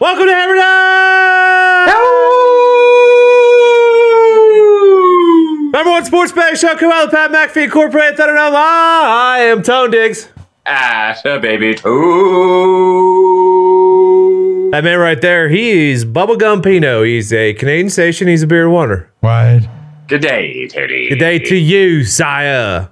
Welcome to Hammerdown! Number one sports betting show, come out with Pat McAfee Incorporated, Thunder Down Live. I am Tone Diggs. Ash, a baby too. That man right there, he's Bubblegum Pino. He's a Canadian station. He's a beer wonder. Wide. Good day, Tony. Good day to you, Saya.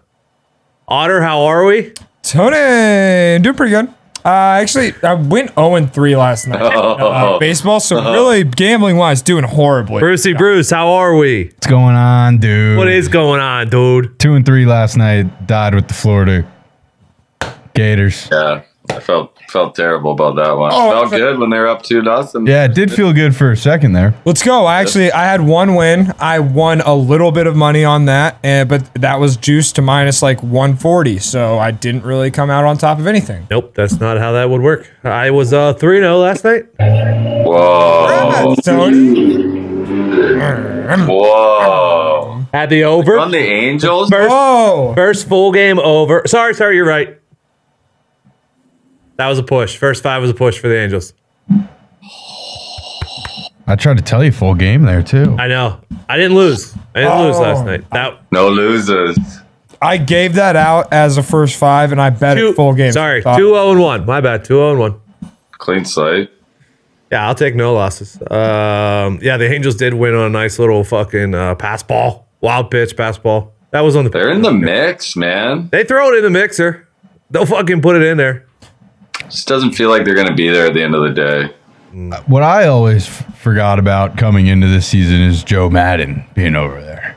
Otter, how are we? Tony, doing pretty good. Uh, actually, I went 0 3 last night. Uh, baseball, so really gambling wise, doing horribly. Brucey Bruce, how are we? What's going on, dude? What is going on, dude? two and three last night? Died with the Florida Gators. Yeah, I felt felt terrible about that one. Oh, felt okay. good when they were up two nothing. Yeah, it did feel good for a second there. Let's go. I actually I had one win. I won a little bit of money on that, and, but that was juiced to minus like 140, so I didn't really come out on top of anything. Nope, that's not how that would work. I was uh, 3 0 last night. Whoa. Tony, Oh. Whoa. Had the On over. the Angels? First, oh, first full game over. Sorry, sorry, you're right. That was a push. First five was a push for the Angels. I tried to tell you full game there too. I know. I didn't lose. I didn't lose Oh. last night. That No losers. I gave that out as a first five, and I bet two, it full game. Sorry, Thought- two zero and one. My bad. Two zero and one. Clean slate. Yeah, I'll take no losses. Um, yeah, the Angels did win on a nice little fucking uh, pass ball, wild pitch pass ball. That was on the. They're in the mix, man. They throw it in the mixer. They'll fucking put it in there. Just doesn't feel like they're going to be there at the end of the day. What I always f- forgot about coming into this season is Joe Madden being over there.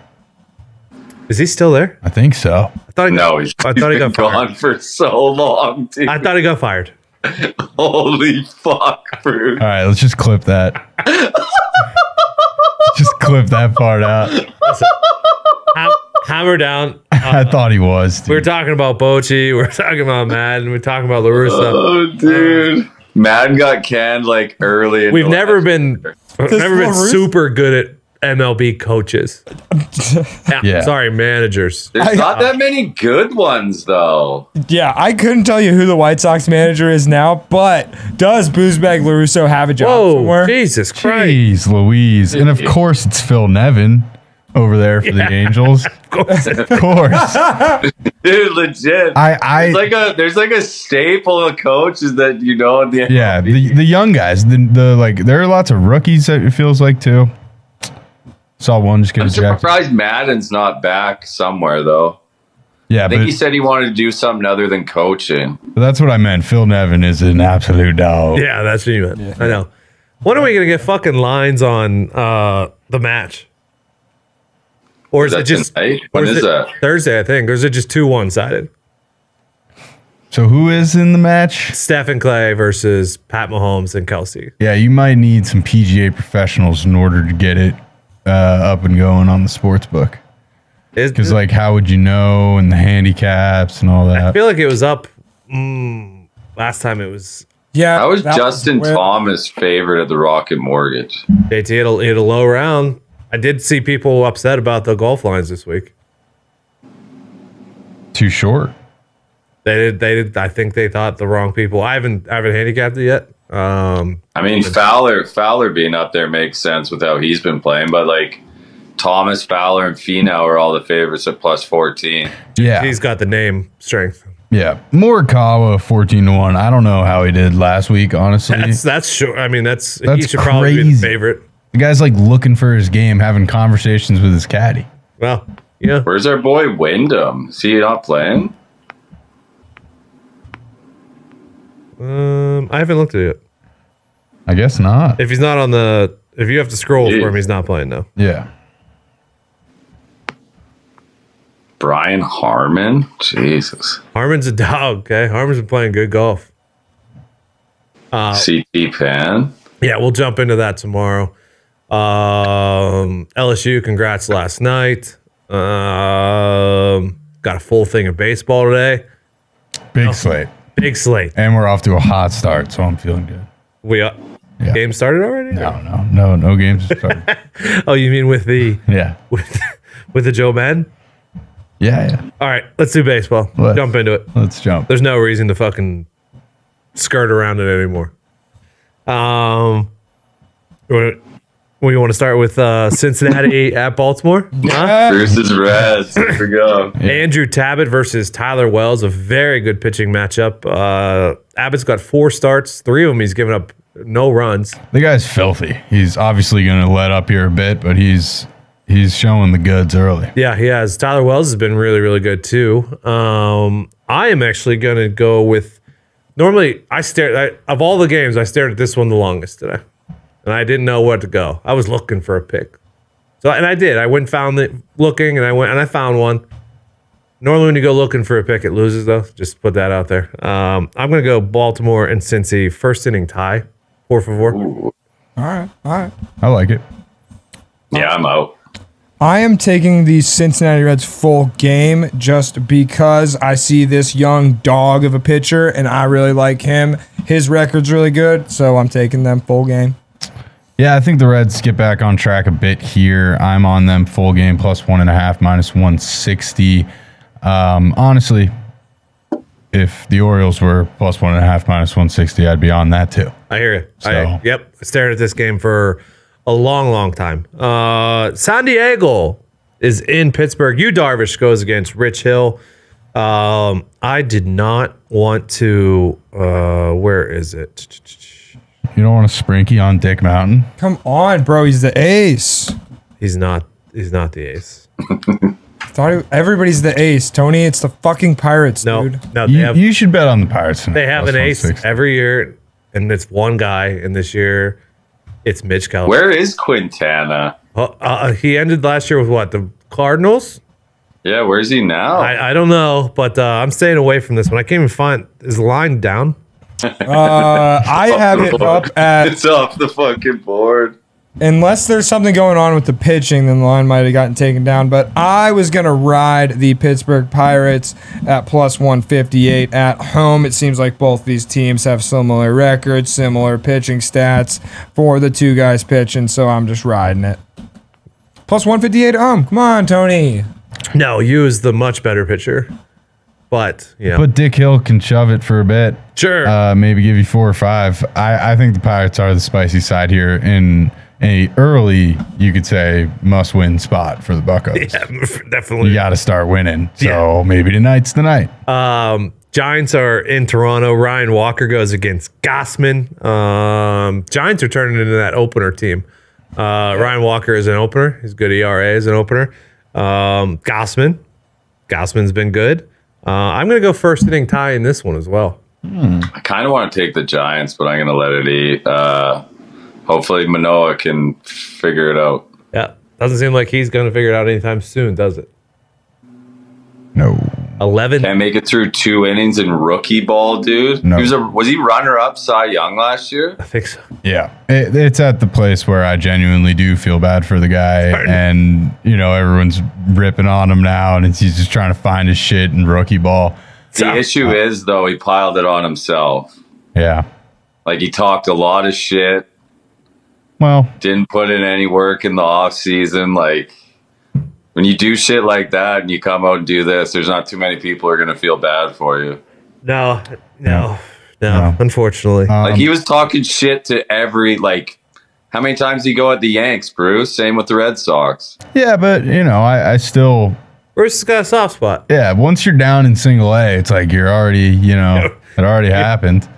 Is he still there? I think so. I thought he No, Got, he's, I thought he he's been got fired. gone for so long, dude. I thought he got fired. Holy fuck, Bruce. Uh, All right, let's just clip that. just clip that part out. Ham- Hammer down. I thought he was. We were Dude. talking about Bochy. We were talking about Madden. We were talking about Larusa. Oh, dude. Madden got canned like early. in We've the never last- been we've This never been LaRusse- super good at MLB coaches. Yeah, Yeah. Sorry, managers. There's I- not that many good ones, though. Yeah, I couldn't tell you who the White Sox manager is now, but does Boozbag Larusso have a job Whoa, somewhere? Oh, Jesus Christ. Jeez, Louise, and of course it's Phil Nevin over there for the Angels. Of course, Dude, legit. I, I there's like a there's like a staple of coaches that you know at the end. Yeah, the, the young guys, the, the like, there are lots of rookies. It feels like too. Saw one just get I'm ejected. surprised Madden's not back somewhere though. Yeah, I think but he said he wanted to do something other than coaching. that's what I meant. Phil Nevin is an absolute dog. Yeah, that's what you meant. I know. When are we gonna get fucking lines on uh, the match? Or is, Is it that just tonight? or When is it that? Thursday, I think. Or is it just two one sided? So who is in the match? Stephen Clay versus Pat Mahomes and Kelsey. Yeah, you might need some PGA professionals in order to get it uh, up and going on the sports book. Is, Because like, how would you know? And the handicaps and all I that. feel like it was up mm, last time it was Yeah, That was that Justin where- Thomas' favorite at the Rocket Mortgage. JT it'll a low round. I did see people upset about the golf lines this week. Too short. They did they did I think they thought the wrong people. I haven't I haven't handicapped it yet. Um I mean Fowler Fowler being up there makes sense with how he's been playing, but like Thomas Fowler and Finau are all the favorites at plus fourteen. Yeah, he's got the name strength. yeah. Morikawa fourteen to one. I don't know how he did last week. Honestly, That's that's sure. I mean, that's, he That's should probably be the crazy. favorite. the guy's like looking for his game, having conversations with his caddy. Well, yeah, Where's our boy Wyndham? Is he not playing? um, I haven't looked at it. I guess not. If he's not on the, if you have to scroll Dude. for him, he's not playing though. Yeah. Brian Harmon? Jesus. Harmon's a dog. Okay, Harmon's been playing good golf. CT Pan. Yeah, we'll jump into that tomorrow. Um, LSU, congrats last night. Um, got a full thing of baseball today. Big slate. Big slate. And we're off to a hot start, so I'm feeling good. We up. Yeah. Game started already? No, no, no, no games have started. Oh, you mean with the yeah. with with the Joe Madden? Yeah, yeah. All right, let's do baseball. Let's- Jump into it. Let's jump. There's no reason to fucking skirt around it anymore. Um, You wanna- Well, you want to start with uh, Cincinnati at Baltimore? Huh? Uh, Versus Reds. Here we go. Andrew Tabbitt versus Tyler Wells, a very good pitching matchup. Uh, Abbott's got four starts, three of them he's given up no runs. The guy's filthy. He's obviously going to let up here a bit, but he's he's showing the goods early. Yeah, he has. Tyler Wells has been really, really good too. Um, I am actually going to go with. Normally, I stared I, of all the games. I stared at this one the longest today, and I didn't know where to go. I was looking for a pick, so and I did. I went and found it looking, and I went and I found one. Normally, when you go looking for a pick, it loses though. Just put that out there. Um, I'm going to go Baltimore and Cincy first inning tie. Por favor. all right, all right. I like it. Yeah, I'm out. I am taking the Cincinnati Reds full game just because I see this young dog of a pitcher and I really like him. His record's really good, so I'm taking them full game. Yeah, I think the Reds get back on track a bit here. I'm on them full game plus one and a half, minus 160. Um, honestly, if the Orioles were plus one and a half, minus 160, I'd be on that too. I hear you. So- I, yep. I stared at this game for a long, long time. Uh, San Diego is in Pittsburgh. You Darvish goes against Rich Hill. Um, I did not want to. Uh, where is it? You don't want to sprinky on Dick Mountain. Come on, bro. He's the ace. He's not. He's not the ace. Thought he- everybody's the ace. Tony, it's the fucking Pirates, No, dude. no. They You, have, you should bet on the Pirates. tonight, they have plus an ace 160. every year, and it's one guy. And this year, it's Mitch Keller. Where is Quintana? Uh, uh, he ended last year with what? The Cardinals. Yeah, where's he now? I, I don't know, but uh, I'm staying away from this one. I can't even find is the line down. Uh, I have it up at, it's off the fucking board. unless there's something going on with the pitching, then the line might have gotten taken down. But I was going to ride the Pittsburgh Pirates at plus 158 at home. It seems like both these teams have similar records, similar pitching stats for the two guys pitching, so I'm just riding it. Plus 158 at home. Come on, Tony. No, you is the much better pitcher. But yeah, But Dick Hill can shove it for a bit. sure. Uh, maybe give you four or five. I, I think the Pirates are the spicy side here in a early, you could say, must win spot for the Buckos. yeah, You definitely. got to start winning. So maybe tonight's the night. Um, Giants are in Toronto. Ryan Walker goes against Gossman. Um, Giants are turning into that opener team. Uh, Ryan Walker is an opener. He's good E ERA as an opener. Um, Gossman, Gossman's been good. Uh, I'm gonna go first inning tie in this one as well. I kind of want to take the Giants, but I'm going to let it eat. Uh, hopefully, Manoa can figure it out. Yeah, doesn't seem like he's gonna figure it out anytime soon, does it? No. 11 Can't make it through two innings in rookie ball, dude. No. He was, a, was he runner up Cy Young last year? I think so. Yeah. It, it's at the place where I genuinely do feel bad for the guy. And, you know, everyone's ripping on him now. And it's, he's just trying to find his shit in rookie ball. The issue is, though, he piled it on himself. Yeah. Like, he talked a lot of shit, Well, didn't put in any work in the off season. Like, when you do shit like that and you come out and do this, there's not too many people who are going to feel bad for you. No, no, no, No. unfortunately. um, Like he was talking shit to every like. How many times did he go at the Yanks, Bruce? Same with the Red Sox. yeah, but, you know, I, I still Bruce has got a soft spot. Yeah, once you're down in single A, it's like you're already, you know, it already happened.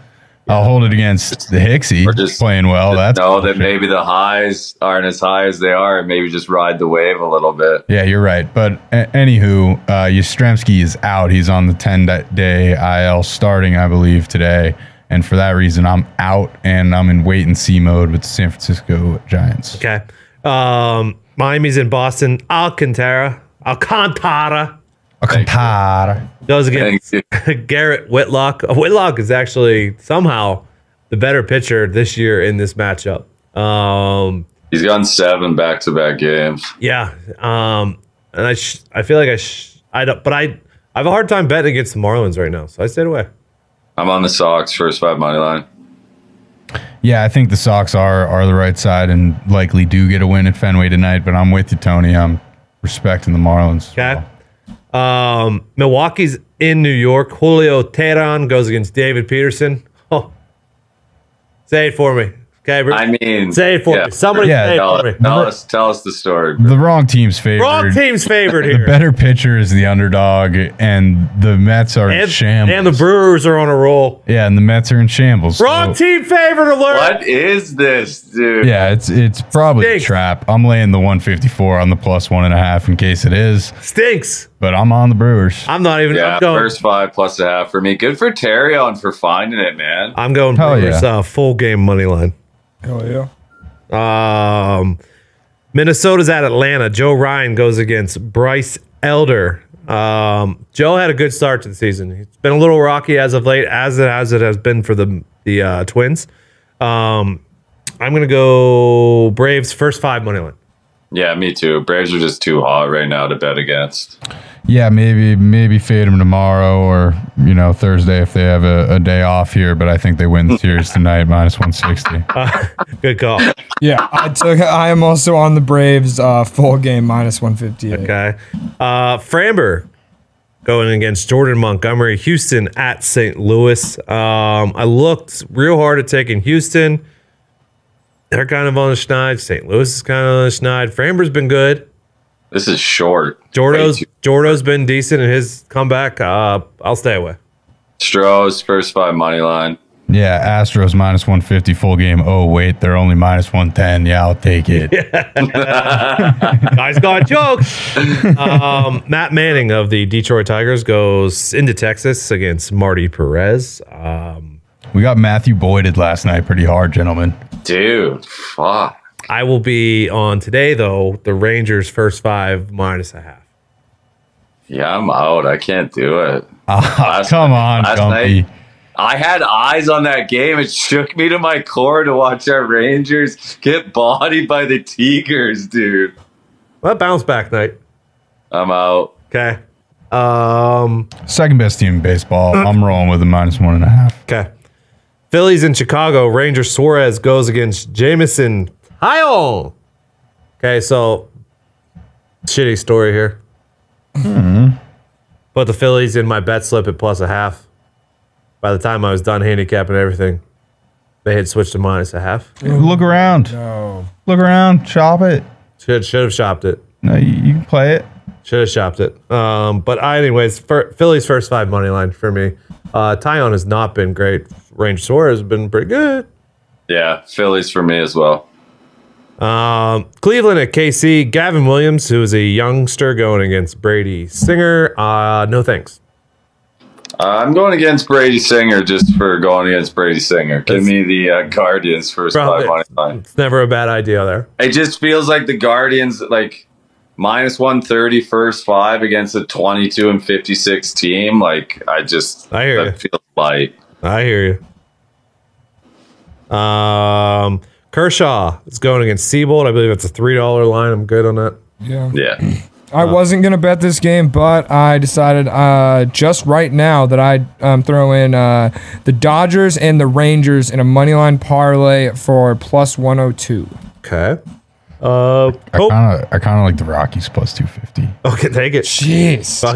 I'll hold it against the Hicksy Or just- playing well. Oh, That's no, that maybe the highs aren't as high as they are, and maybe just ride the wave a little bit. yeah, you're right. But a- anywho, uh, Yastrzemski is out. He's on the 10 da- day IL starting, I believe, today. And for that reason, I'm out and I'm in wait and see mode with the San Francisco Giants. Okay. Um, Miami's in Boston. Alcantara, Alcantara Alcantara. goes Thank against you. Garrett Whitlock. Uh, Whitlock is actually somehow the better pitcher this year in this matchup. Um, He's gone seven back-to-back games. yeah. Um, and I, sh- I feel like I, sh- I don't, but I, I have a hard time betting against the Marlins right now, so I stayed away. I'm on the Sox first five money line. Yeah, I think the Sox are are the right side and likely do get a win at Fenway tonight. But I'm with you, Tony. I'm respecting the Marlins. as Okay. well. Oh. Um, Milwaukee's in New York. Julio Teheran goes against David Peterson. Oh, say it for me. Okay, bro. I mean, say it for yeah. me. Somebody Yeah. say it Tell, for me. tell us, tell us the story. bro. The wrong team's favored. Wrong team's favored The here. better pitcher is the underdog, and the Mets are in And, shambles. and the Brewers are on a roll. yeah, and the Mets are in shambles. Wrong So, team favorite alert. What is this, dude? Yeah, it's it's probably Stinks. a trap. I'm laying the 154 on the plus one and a half in case it is, Stinks. but I'm on the Brewers. I'm not even Yeah, I'm going. first five plus a half for me. Good for Terry on for finding it, man. I'm going Hell Brewers yeah. uh, full game money line. Hell yeah. Um, Minnesota's at Atlanta. Joe Ryan goes against Bryce Elder. Um, Joe had a good start to the season. It's been a little rocky as of late, as it as it has been for the the uh, Twins. Um, I'm gonna go Braves first five money line. Yeah, me too. Braves are just too hot right now to bet against. Yeah, maybe maybe fade them tomorrow or you know Thursday if they have a, a day off here. But I think they win the series tonight minus 160. Good call. Yeah, I took. I am also on the Braves uh, full game minus one fifty eight. Okay. Uh, Framber going against Jordan Montgomery. Houston at St. Louis. Um, I looked real hard at taking Houston. They're kind of on the schneid. St. Louis is kind of on the schneid. Framber's been good. This is short. Jordo's Way too- Jordo's been decent in his comeback. Uh, I'll stay away. Stroh's first five money line. Yeah, Astros minus 150 full game. Oh wait, they're only minus 110. Yeah, I'll take it. Guys got jokes. um, Matt Manning of the Detroit Tigers goes into Texas against Marty Perez. Um, We got Matthew Boyded last night pretty hard, gentlemen. Dude, fuck. I will be on today though. The Rangers first five minus a half. Yeah, I'm out. I can't do it. Ah, Last come night- on, last Gumpy. night- I had eyes on that game. It shook me to my core to watch our Rangers get bodied by the Tigers, dude. Well, bounce back night. I'm out. Okay. Um, Second best team in baseball. I'm rolling with a minus one and a half. okay. Phillies in Chicago. Ranger Suarez goes against Jameson Kyle. Okay, so shitty story here. Put the Phillies in my bet slip at plus a half. By the time I was done handicapping everything, they had switched to minus a half. Look around. Oh, Look around. Chop it. Should should have shopped it. No, you, you can play it. Should have shopped it. Um, but I, anyways, fir- Philly's first five money line for me. Uh, Tyon has not been great. Range Suarez has been pretty good. Yeah, Phillies for me as well. Um, Cleveland at KC. Gavin Williams, who is a youngster going against Brady Singer. Uh, no thanks. Uh, I'm going against Brady Singer just for going against Brady Singer. Give me the uh, Guardians first Probably- five money line. It's never a bad idea there. It just feels like the Guardians, like minus 130 first five against a 22 and 56 team. Like, I just, I hear that feels light. I hear you. Um, Kershaw is going against Siebold. I believe it's a three dollar line. I'm good on that. yeah. Yeah. I Uh, wasn't gonna bet this game, but I decided uh, just right now that I'd um, throw in uh, the Dodgers and the Rangers in a money line parlay for plus one hundred two. Okay. Uh, I oh, kind of I kind of like the Rockies plus 250. okay. Take it. Jeez.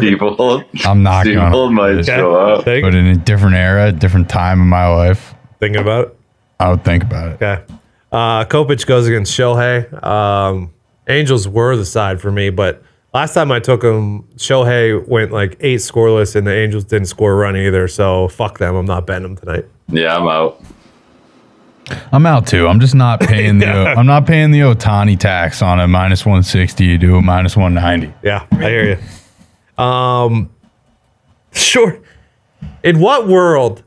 People, I'm not going people might to. show up. Take But it. in a different era, different time in my life, Thinking about it. I would think about it. Okay. Uh, Kopich goes against Shohei. Um, Angels were the side for me, but last time I took him, Shohei went like eight scoreless, and the Angels didn't score a run either. So fuck them. I'm not betting them tonight. Yeah, I'm out. I'm out too. I'm just not paying the I'm not paying the Otani tax on a minus 160 You do a minus 190. Yeah, I hear you. Um, sure. In what world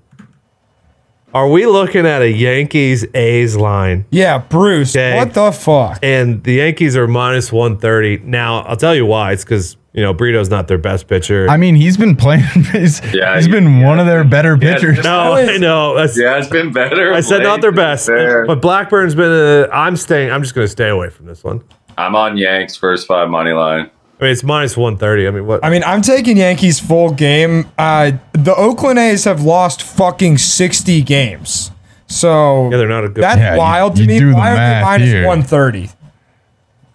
are we looking at a Yankees A's line? Yeah, Bruce. Dang. What the fuck? And the Yankees are minus 130. Now, I'll tell you why. It's because, you know, Brito's not their best pitcher. I mean, he's been playing. He's, Yeah, he's you- been one of their better Yeah, pitchers. just- no, I know. That's, Yeah, it's been better. I said not their lately. best, Fair. but Blackburn's been. A, I'm staying. I'm just going to stay away from this one. I'm on Yanks first five money line. I mean, it's minus one thirty. I mean, what? I mean, I'm taking Yankees full game. Uh, the Oakland A's have lost fucking 60 games. So yeah, they're not a good. that's Yeah, you- wild to you me. do the Why are math they minus here. 130?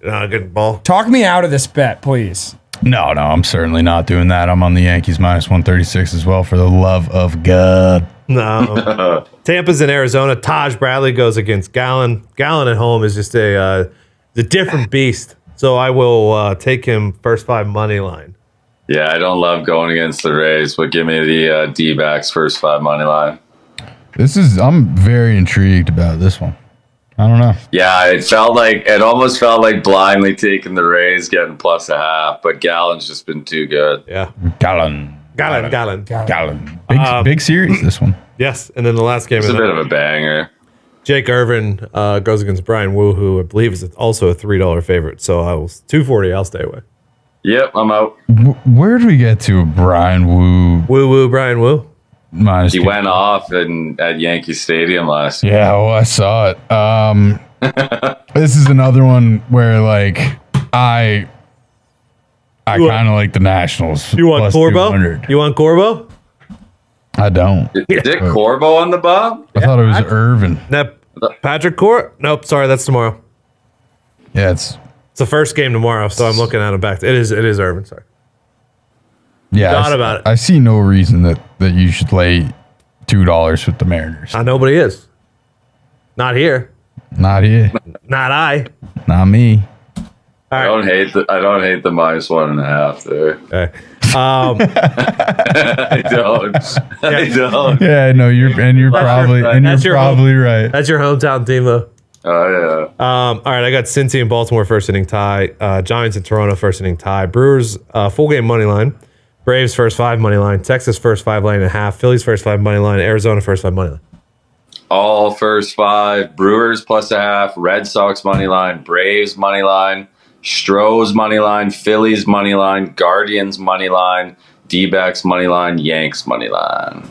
not a good ball. Talk me out of this bet, please. No, no, I'm certainly not doing that. I'm on the Yankees minus 136 as well for the love of God. No. Tampa's in Arizona. Taj Bradley goes against Gallon. Gallon at home is just a uh, the different beast. So I will uh, take him first five money line. Yeah, I don't love going against the Rays, but give me the uh, D backs first five money line. This is, I'm very intrigued about this one. I don't know. Yeah, it felt like it almost felt like blindly taking the Rays, getting plus a half, but Gallon's just been too good. Yeah. Gallon. Gallon, Gallon. Gallon. Big, Uh, big series, this one. Yes. And then the last game It's of a the bit night, of a banger. Jake Irvin uh, goes against Brian Wu, who I believe is also a three dollar favorite. So I will two forty. I'll stay away. Yep, I'm out. Wh- Where did we get to Brian Wu Woo woo Brian Wu. minus He two? went off in, at Yankee Stadium last year. Yeah, well, I saw it. Um, this is another one where like I, I You want- kind of like the Nationals. You want plus Corbo? 200. You want Corbo? I don't. Is it Corbo on the bob? I thought it was Irvin. That Patrick Court? Nope. Sorry, that's tomorrow. Yeah, it's It's the first game tomorrow, so I'm looking at him back. It is. It is Irvin. Sorry. yeah. Thought I, s- about it. I see no reason that that you should lay two dollars with the Mariners. Not nobody is. Not here. Not here. Not I. Not me. I don't hate the I don't hate the minus one and a half there. Okay. I don't. I don't. Yeah, no, you're and you're That's your- probably and you're that's your hope. probably right. That's your hometown team, though. Oh yeah. Um, all right, I got Cincy and Baltimore first inning tie, uh, Giants and Toronto first inning tie, Brewers uh, full game money line, Braves first five money line, Texas first five line and a half, Phillies first five money line, Arizona first five money line. All first five. Brewers plus a half. Red Sox money line. Braves money line. Stroh's money line. Phillies money line. Guardians money line. D-backs money line. Yanks money line.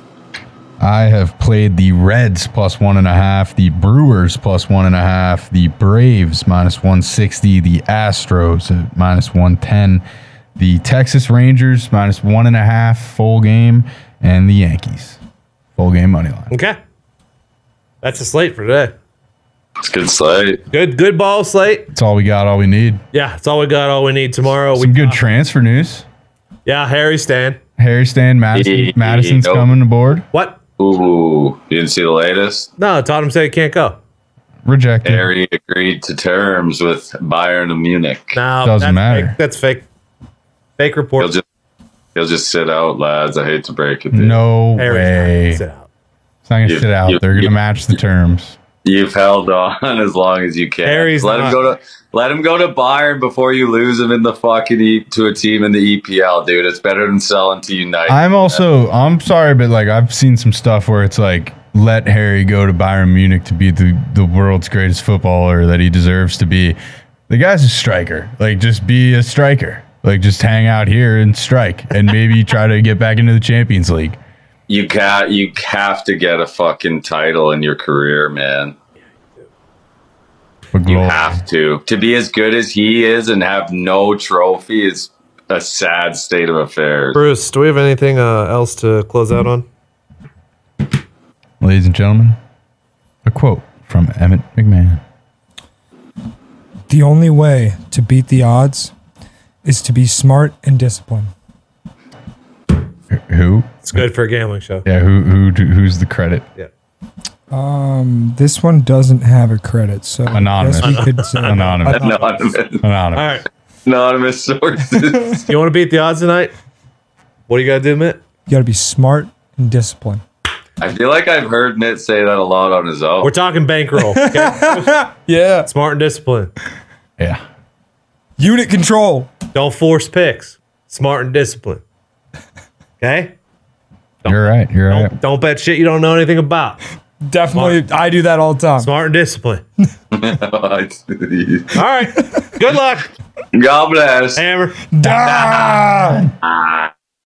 I have played the Reds plus one and a half, the Brewers plus one and a half, the Braves minus 160, the Astros at minus 110, the Texas Rangers minus one and a half full game, and the Yankees full game money line. Okay, that's the slate for today. It's a good slate. Good, good ball slate. That's all we got, all we need. Yeah, it's all we got. All we need tomorrow. Some We, good transfer news. yeah, Harry Stan. Harry Stan Madison, Yeah. Madison's coming aboard. What? Ooh, you didn't see the latest? No, Tottenham said he can't go. Rejected. Harry agreed to terms with Bayern of Munich. No, Doesn't that's matter. Fake. That's fake. Fake report. He'll just he'll just sit out, lads. I hate to break it. to you. No way. Harry's It's not not gonna sit out. going to You- sit out. you- They're going to you- match the terms. You've held on as long as you can. Harry's let not. him go to let him go to Bayern before you lose him in the fucking e- to a team in the EPL, dude. It's better than selling to United. I'm also I'm sorry, but like I've seen some stuff where it's like let Harry go to Bayern Munich to be the, the world's greatest footballer that he deserves to be. The guy's a striker. Like just be a striker. Like just hang out here and strike and maybe try to get back into the Champions League. you got you have to get a fucking title in your career, man. But You goal- have to. To be as good as he is and have no trophy is a sad state of affairs. Bruce, do we have anything uh, else to close out on? Ladies and gentlemen, a quote from Emmett McMahon. The only way to beat the odds is to be smart and disciplined. Who? It's good for a gambling show. Yeah, who who do- who's the credit? Yeah. This one doesn't have a credit, so I Anonymous. guess we could say- Anonymous. Anonymous, All Anonymous. right. anonymous sources. You want to beat the odds tonight? What do you got to do, Mitt? You got to be smart and disciplined. I feel like I've heard Mitt say that a lot on his own. We're talking bankroll. Okay? Yeah. Smart and discipline. Yeah. Unit control. Don't force picks. Smart and discipline. Okay? You're right. You're right. Don't, don't bet shit you don't know anything about. Definitely. I do that all the time. Smart and discipline. God All right. Good luck, bless. Hammer. Ah!